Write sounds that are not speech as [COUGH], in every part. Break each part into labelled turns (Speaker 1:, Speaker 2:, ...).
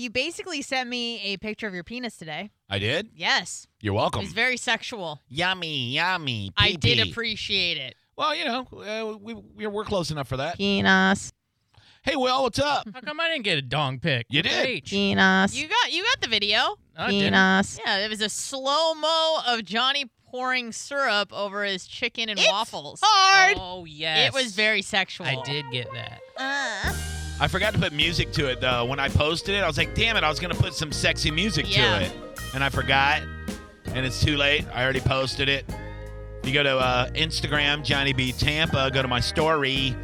Speaker 1: You basically sent me a picture of your penis today.
Speaker 2: I did.
Speaker 1: Yes.
Speaker 2: You're
Speaker 1: It
Speaker 2: welcome.
Speaker 1: was very sexual.
Speaker 2: yummy, yummy.
Speaker 1: I did
Speaker 2: pee-pee.
Speaker 1: appreciate it.
Speaker 2: Well, you know, uh, we, we we're close enough for that.
Speaker 1: Penis.
Speaker 2: Hey, Will, what's up?
Speaker 3: How come I didn't get a dong pic?
Speaker 2: You
Speaker 3: With
Speaker 2: did.
Speaker 3: the H?
Speaker 4: Penis.
Speaker 1: You got you got the video.
Speaker 3: I didn't.
Speaker 1: Yeah, it was a slow mo of Johnny pouring syrup over his chicken and
Speaker 4: It's
Speaker 1: waffles.
Speaker 4: hard.
Speaker 3: Oh yes.
Speaker 1: It was very sexual.
Speaker 3: I did get that.
Speaker 4: Uh,
Speaker 2: I forgot to put music to it though. When I posted it, I was like, "Damn it!" I was gonna put some sexy music
Speaker 1: Yeah.
Speaker 2: to it, and I forgot. And it's too late. I already posted it. You go to uh, Instagram, Johnny B Tampa. Go to my story,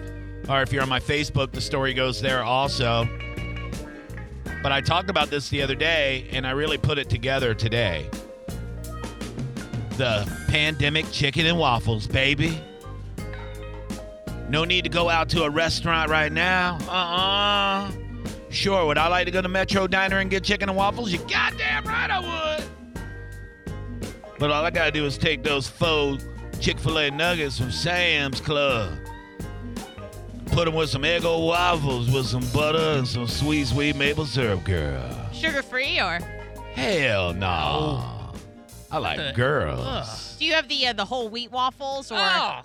Speaker 2: or if you're on my Facebook, the story goes there also. But I talked about this the other day, and I really put it together today. The pandemic chicken and waffles, baby. No need to go out to a restaurant right now. Uh uh Sure, would I like to go to Metro Diner and get chicken and waffles? You goddamn right I would. But all I gotta do is take those faux Chick fil A nuggets from Sam's Club, put them with some Eggo waffles with some butter and some sweet, sweet maple syrup, girl.
Speaker 1: Sugar free or
Speaker 2: Hell no. Nah. I like
Speaker 3: Oh. the-
Speaker 2: girls.
Speaker 1: do you have the uh, the whole wheat waffles or
Speaker 3: Oh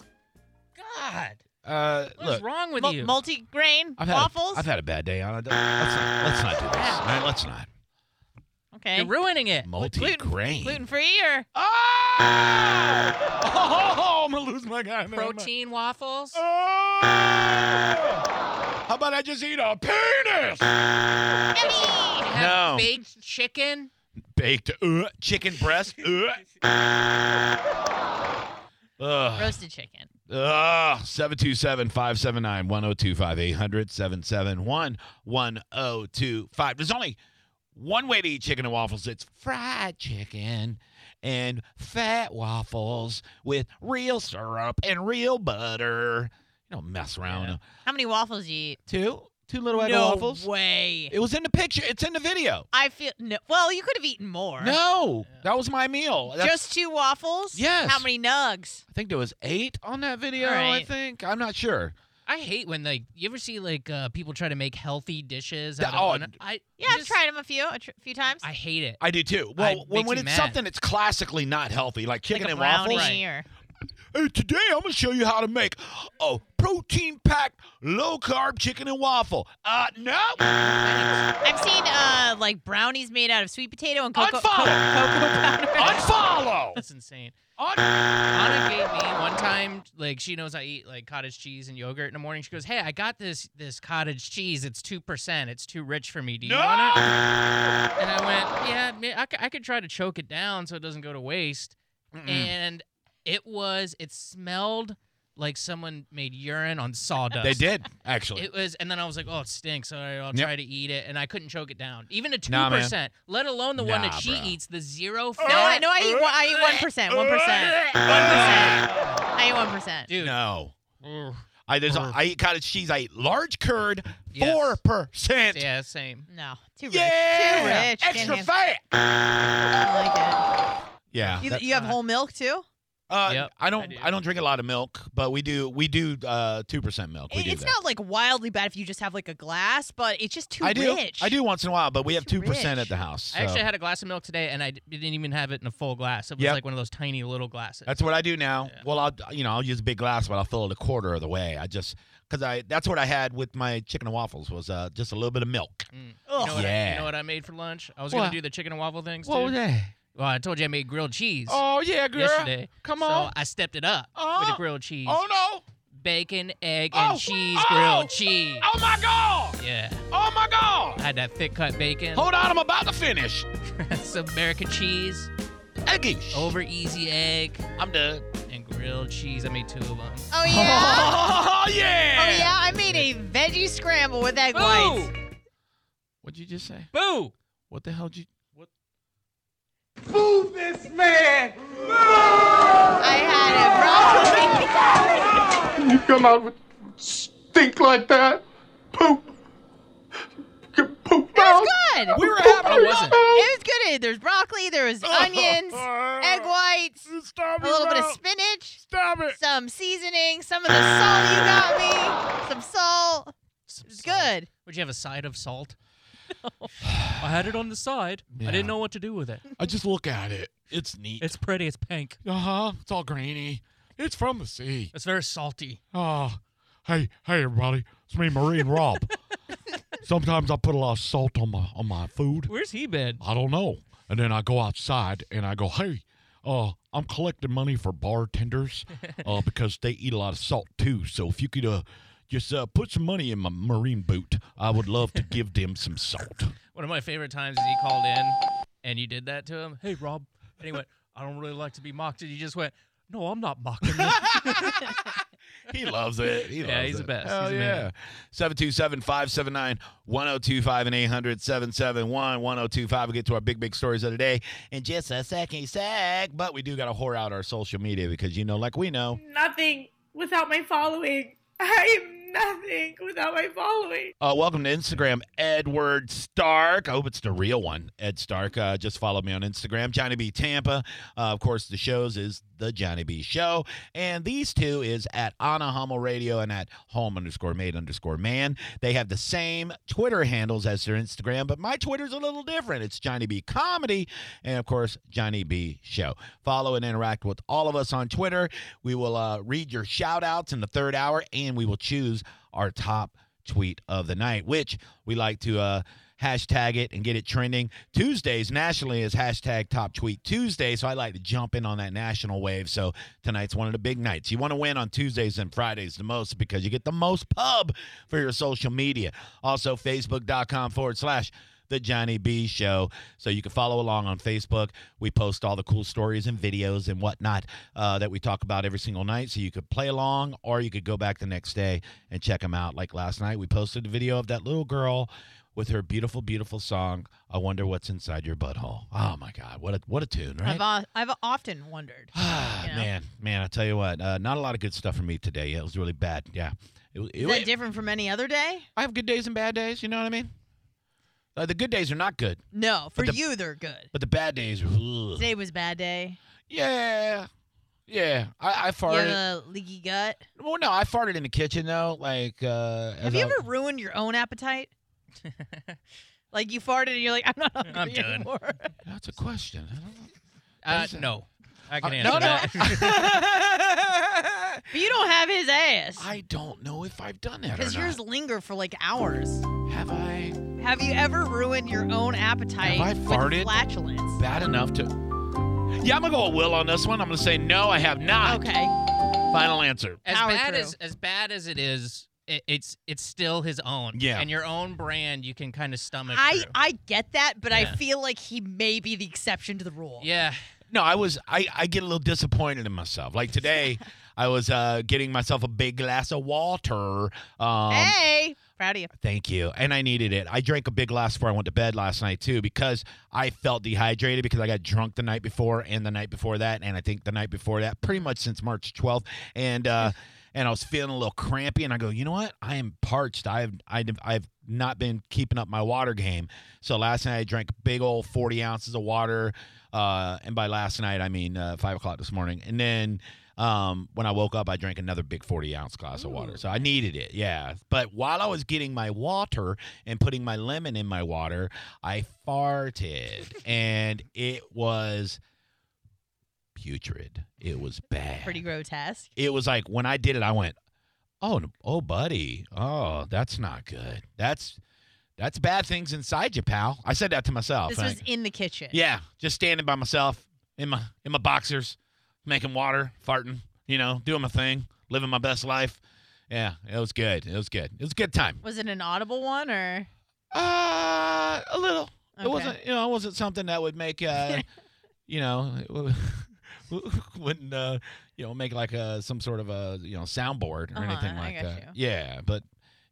Speaker 3: God.
Speaker 2: Uh,
Speaker 3: What's wrong with you?
Speaker 1: multi grain
Speaker 2: I've had,
Speaker 1: waffles?
Speaker 2: A, I've had a bad day, Anna. Don't- Let's not, let's not do this. All right, let's not.
Speaker 1: okay.
Speaker 3: You're ruining it.
Speaker 2: Multi grain.
Speaker 1: Gluten free or
Speaker 2: Ah! [LAUGHS] Oh! I'm going to lose my guy. man.
Speaker 3: Protein waffles.
Speaker 2: Oh! Ah! How about I just eat a penis?
Speaker 1: Yummy!
Speaker 2: No.
Speaker 3: Have Baked chicken.
Speaker 2: Baked uh, chicken breast. Uh. Ah! Ugh.
Speaker 1: roasted chicken.
Speaker 2: Ugh. 727-579-1025-800-771-1025. There's only one way to eat chicken and waffles. It's fried chicken and fat waffles with real syrup and real butter. You don't mess around.
Speaker 3: Yeah.
Speaker 1: How many waffles do you eat?
Speaker 2: Two? Two little egg
Speaker 1: no
Speaker 2: waffles?
Speaker 1: way.
Speaker 2: It was in the picture. It's in the video.
Speaker 1: I feel no. Well, you could have eaten more.
Speaker 2: No, that was my meal. That's-
Speaker 1: Just two waffles?
Speaker 2: Yes.
Speaker 1: How many nugs?
Speaker 2: I think there was eight on that video.
Speaker 1: All
Speaker 2: I
Speaker 1: right.
Speaker 2: think I'm not sure.
Speaker 3: I hate when like you ever see like uh, people try to make healthy dishes out
Speaker 2: Oh,
Speaker 3: of. un- I
Speaker 1: Yeah, I've
Speaker 3: just-
Speaker 1: tried them a few a tr- few times.
Speaker 3: I
Speaker 2: [LAUGHS]
Speaker 3: hate it.
Speaker 2: I do too.
Speaker 3: I-
Speaker 2: Well, when,
Speaker 3: makes
Speaker 2: when it's
Speaker 3: me mad.
Speaker 2: something that's classically not healthy, like chicken
Speaker 1: like a
Speaker 2: and
Speaker 1: brownie
Speaker 2: waffles.
Speaker 1: or
Speaker 2: Hey, today I'm gonna show you how to make a protein-packed, low-carb chicken and waffle. Uh,
Speaker 1: [LAUGHS]
Speaker 2: no,
Speaker 1: I've seen uh like brownies made out of sweet potato and cocoa,
Speaker 2: Unfollow.
Speaker 1: co- cocoa powder.
Speaker 2: unfollow.
Speaker 3: That's insane.
Speaker 2: Un-
Speaker 3: Anna
Speaker 2: [LAUGHS]
Speaker 3: gave me one time, like she knows I eat like cottage cheese and yogurt in the morning. She goes, "Hey, I got this this cottage cheese. It's two percent. It's too rich for me. Do you
Speaker 2: No!
Speaker 3: want it?" And I went, "Yeah, ma- I, c- I could try to choke it down so it doesn't go to waste."
Speaker 2: Mm-mm.
Speaker 3: And it was, it smelled like someone made urine on sawdust.
Speaker 2: they did actually.
Speaker 3: It was, and then I was like, "Oh, it stinks. All right, I'll
Speaker 2: Yep.
Speaker 3: try to eat it." And I couldn't choke it down, even a two
Speaker 2: Nah, man.
Speaker 3: percent, let alone the one that
Speaker 2: Nah,
Speaker 3: she
Speaker 2: bro. Oh,
Speaker 3: eats, the
Speaker 1: [LAUGHS]
Speaker 3: zero
Speaker 1: No, I
Speaker 3: fat.
Speaker 1: no, I eat one, I eat one percent, one percent,
Speaker 2: [LAUGHS]
Speaker 1: I eat one percent.
Speaker 3: Dude,
Speaker 2: no.
Speaker 3: Ugh.
Speaker 2: I, there's a, I eat cottage cheese. I eat large curd,
Speaker 3: Yes.
Speaker 2: four percent.
Speaker 3: yeah, same.
Speaker 1: No, too rich, too
Speaker 2: Yeah,
Speaker 1: rich.
Speaker 2: extra
Speaker 1: Can't
Speaker 2: fat.
Speaker 1: handle- I
Speaker 2: Yeah,
Speaker 1: like it.
Speaker 2: that-
Speaker 1: You, you have
Speaker 3: not-
Speaker 1: whole milk too?
Speaker 2: uh,
Speaker 3: Yep,
Speaker 2: I don't. I,
Speaker 3: I do.
Speaker 2: don't drink a lot of milk, but we do. We do uh two percent milk. We
Speaker 1: It-
Speaker 2: do
Speaker 1: it's
Speaker 2: that.
Speaker 1: not like wildly bad if you just have like a glass, but it's just too
Speaker 2: I do.
Speaker 1: rich.
Speaker 2: I do once in a while, but we have two
Speaker 1: Too
Speaker 2: percent
Speaker 1: rich.
Speaker 2: at the house.
Speaker 3: I actually
Speaker 2: so
Speaker 3: had a glass of milk today, and I d- didn't even have it in a full glass. It was
Speaker 2: Yep.
Speaker 3: like one of those tiny little glasses.
Speaker 2: that's what I do now.
Speaker 3: Yeah.
Speaker 2: Well, I'll you know I'll use a big glass, but I'll fill it a quarter of the way. I just because I that's what I had with my chicken and waffles was uh just a little bit of milk.
Speaker 3: you
Speaker 1: Ugh.
Speaker 3: know, what I,
Speaker 2: Yeah.
Speaker 3: you know what I made for lunch? I was
Speaker 2: What?
Speaker 3: gonna do the chicken and waffle things. too.
Speaker 2: yeah.
Speaker 3: Well, I told you I made grilled cheese
Speaker 2: Oh yeah, girl.
Speaker 3: yesterday.
Speaker 2: Come
Speaker 3: so
Speaker 2: on.
Speaker 3: I stepped it up with
Speaker 2: Oh.
Speaker 3: the grilled cheese,
Speaker 2: Oh no.
Speaker 3: bacon, egg,
Speaker 2: Oh.
Speaker 3: and cheese
Speaker 2: Oh.
Speaker 3: grilled cheese.
Speaker 2: Oh my god.
Speaker 3: Yeah,
Speaker 2: Oh my god.
Speaker 3: I had that thick cut bacon,
Speaker 2: Hold on, I'm about to finish.
Speaker 3: [LAUGHS] some American cheese,
Speaker 2: Eggish.
Speaker 3: over easy egg,
Speaker 2: I'm done.
Speaker 3: and grilled cheese. I made two of them.
Speaker 1: Oh [LAUGHS]
Speaker 2: [LAUGHS]
Speaker 1: yeah.
Speaker 2: Oh
Speaker 1: Oh
Speaker 2: yeah.
Speaker 1: yeah, I made a veggie scramble with egg whites.
Speaker 2: What'd you just say?
Speaker 3: Boo!
Speaker 2: What the hell did you? What?
Speaker 1: I had a broccoli.
Speaker 5: you come out with stink like that? Poop. Poop
Speaker 1: It
Speaker 5: mouth.
Speaker 1: was good.
Speaker 2: We were having
Speaker 3: I wasn't.
Speaker 1: It was good. There's broccoli. There was
Speaker 2: [LAUGHS]
Speaker 1: onions, egg whites,
Speaker 2: Stop
Speaker 1: a little bit of spinach,
Speaker 2: Stop it.
Speaker 1: some seasoning, some of the salt you got me, some salt. It was good.
Speaker 3: Would you have a side of salt? I had it on the side.
Speaker 4: Yeah.
Speaker 3: I didn't know what to do with it.
Speaker 4: I just look at it. It's neat.
Speaker 3: It's pretty. It's pink.
Speaker 4: uh huh. It's all grainy. It's from the sea.
Speaker 3: It's very salty.
Speaker 4: Oh, hey, hey, everybody. It's me, Marine Rob. Sometimes I put a lot of salt on my on my food.
Speaker 3: Where's he been?
Speaker 4: I don't know. And then I go outside and I go, hey, uh, I'm collecting money for bartenders uh, because they eat a lot of salt too. So if you could uh, just uh, put some money in my marine boot, I would love to give them some salt.
Speaker 3: One of my favorite times is he called in and you did that to him. Hey, Rob. And he went, I don't really like to be mocked. And you just went, No, I'm not mocking [LAUGHS] you. Uh,
Speaker 2: He loves it. He
Speaker 3: Yeah,
Speaker 2: loves
Speaker 3: he's
Speaker 2: it.
Speaker 3: the best.
Speaker 2: Hell
Speaker 3: He's the man.
Speaker 2: yeah. 727 579 1025 and 800 771 1025. We'll get to our big, big stories of the day in just a second. Sec. But we do got to whore out our social media because, you know, like we know,
Speaker 6: nothing without my following. I am nothing without my following.
Speaker 2: Uh, welcome to Instagram, Edward Stark. I hope it's the real one, Ed Stark. Uh, just follow me on Instagram, Johnny B Tampa. Uh, of course, the shows is the Johnny B Show, and these two is at Anna Hummel Radio and at Home underscore Made underscore Man. They have the same Twitter handles as their Instagram, but my Twitter's a little different. It's Johnny B Comedy, and of course Johnny B Show. Follow and interact with all of us on Twitter. We will uh, read your shout outs in the third hour, and we will choose our top tweet of the night, which we like to uh, hashtag it and get it trending. Tuesdays nationally is hashtag top tweet Tuesday, so I like to jump in on that national wave. So tonight's one of the big nights. You want to win on Tuesdays and Fridays the most because you get the most pub for your social media. Also, facebook.com forward slash the Johnny B Show. So you can follow along on Facebook. We post all the cool stories and videos and whatnot uh, that we talk about every single night. So you could play along or you could go back the next day and check them out. Like last night, we posted a video of that little girl with her beautiful, beautiful song, I Wonder What's Inside Your Butthole. Oh my God, what a, what a tune, right?
Speaker 1: I've, o- I've often wondered.
Speaker 2: Ah,
Speaker 1: you know?
Speaker 2: Man, man, I tell you what, uh, not a lot of good stuff for me today. It was really bad. Yeah. It, it,
Speaker 1: Is that different from any other day?
Speaker 2: I have good days and bad days. You know what I mean? Uh, the good days are not good,
Speaker 1: No, for
Speaker 2: the-
Speaker 1: you they're good.
Speaker 2: but the bad days. ugh.
Speaker 1: Today was a bad day.
Speaker 2: Yeah. Yeah. I, I
Speaker 1: You
Speaker 2: farted.
Speaker 1: have a leaky gut.
Speaker 2: Well, no, I farted in the kitchen though. Like, uh,
Speaker 1: Have
Speaker 2: as
Speaker 1: you
Speaker 2: I-
Speaker 1: ever ruined your own appetite? like you farted and you're like, I'm not hungry
Speaker 3: I'm done.
Speaker 1: anymore. [LAUGHS]
Speaker 2: That's a question. I don't know.
Speaker 3: Uh,
Speaker 2: is that?
Speaker 3: no. I can
Speaker 2: Uh,
Speaker 3: answer
Speaker 2: no,
Speaker 3: that. [LAUGHS]
Speaker 1: But you don't have his ass
Speaker 2: I don't know if I've done that
Speaker 1: because
Speaker 2: or
Speaker 1: yours linger for like hours.
Speaker 2: not. Have I
Speaker 1: Have you ever ruined your own appetite
Speaker 2: Have I farted?
Speaker 1: with flatulence?
Speaker 2: bad enough to? Yeah, I'm gonna go with Will on this one. I'm gonna say no, I have not.
Speaker 1: Okay.
Speaker 2: Final answer.
Speaker 3: as
Speaker 1: Power
Speaker 3: bad
Speaker 1: through.
Speaker 3: as as bad as it is, it, it's it's still his own.
Speaker 2: Yeah.
Speaker 3: And your own brand, you can kind of stomach.
Speaker 1: I
Speaker 3: through.
Speaker 1: I get that, but I
Speaker 3: Yeah.
Speaker 1: feel like he may be the exception to the rule.
Speaker 3: yeah.
Speaker 2: No, I was. I I get a little disappointed in myself. Like today,
Speaker 1: [LAUGHS]
Speaker 2: I was uh getting myself a big glass of water. Um,
Speaker 1: hey, proud of you.
Speaker 2: Thank you. And I needed it. I drank a big glass before I went to bed last night too because I felt dehydrated because I got drunk the night before and the night before that and I think the night before that pretty much since March 12th and uh and I was feeling a little crampy and I go, "You know what? I am parched. I've I've I've not been keeping up my water game." So last night I drank a big old 40 ounces of water uh and by last night I mean uh, 5 o'clock this morning. And then um, when I woke up, I drank another big 40 ounce glass of water. So I needed it, yeah. But while I was getting my water and putting my lemon in my water, I farted and it was putrid. It was bad.
Speaker 1: Pretty grotesque.
Speaker 2: It was like when I did it, I went, oh, n- oh, buddy. Oh, that's not good. That's. That's bad things inside you, pal. I said that to myself.
Speaker 1: This
Speaker 2: and I-
Speaker 1: was in the kitchen.
Speaker 2: Oh, yeah, just standing by myself in my in my boxers, making water, farting, you know, doing my thing, living my best life. Yeah, it was good. It was good. It was a good time.
Speaker 1: Was it an audible one or?
Speaker 2: Uh, a little.
Speaker 1: Okay.
Speaker 2: It wasn't, you know, it wasn't something that would
Speaker 1: [LAUGHS]
Speaker 2: make, uh, you know, it w- [LAUGHS] wouldn't, uh, you know, make like a some sort of a you know soundboard or
Speaker 1: Uh-huh,
Speaker 2: anything
Speaker 1: I
Speaker 2: like
Speaker 1: got
Speaker 2: that. Yeah, but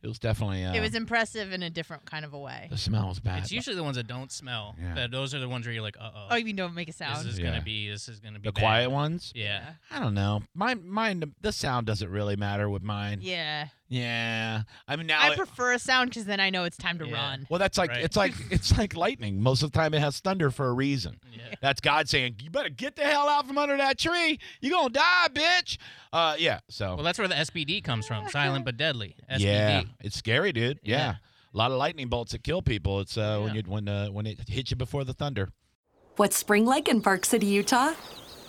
Speaker 2: it was definitely. Uh,
Speaker 1: It was impressive in a different kind of a way.
Speaker 2: the smell was bad.
Speaker 3: It's usually the ones that don't smell.
Speaker 2: Yeah.
Speaker 3: But those are the ones where you're like, uh
Speaker 1: Oh,
Speaker 3: oh.
Speaker 1: you mean don't make a
Speaker 3: This
Speaker 1: sound.
Speaker 3: is
Speaker 2: Yeah.
Speaker 3: gonna be. This is gonna be
Speaker 2: the
Speaker 3: bad.
Speaker 2: quiet ones.
Speaker 3: Yeah.
Speaker 2: I don't know. Mine, mine. The sound doesn't really matter with mine.
Speaker 1: Yeah.
Speaker 2: Yeah, I mean now.
Speaker 1: I
Speaker 2: it-
Speaker 1: prefer a sound because then I know it's time to
Speaker 3: Yeah.
Speaker 1: run.
Speaker 2: well, that's like
Speaker 3: Right.
Speaker 2: it's like it's like lightning. Most of the time, it has thunder for a reason.
Speaker 3: Yeah.
Speaker 2: That's God saying, "You better get the hell out from under that tree. You gonna die, bitch." Uh, yeah. So
Speaker 3: Well, that's where the SPD comes from. Silent but deadly. SPD.
Speaker 2: yeah, it's scary, dude. Yeah.
Speaker 3: Yeah.
Speaker 2: A A lot of lightning bolts that kill people. It's uh, when
Speaker 3: Yeah.
Speaker 2: you when uh, when it hits you before the thunder.
Speaker 7: What's spring like in Park City, Utah?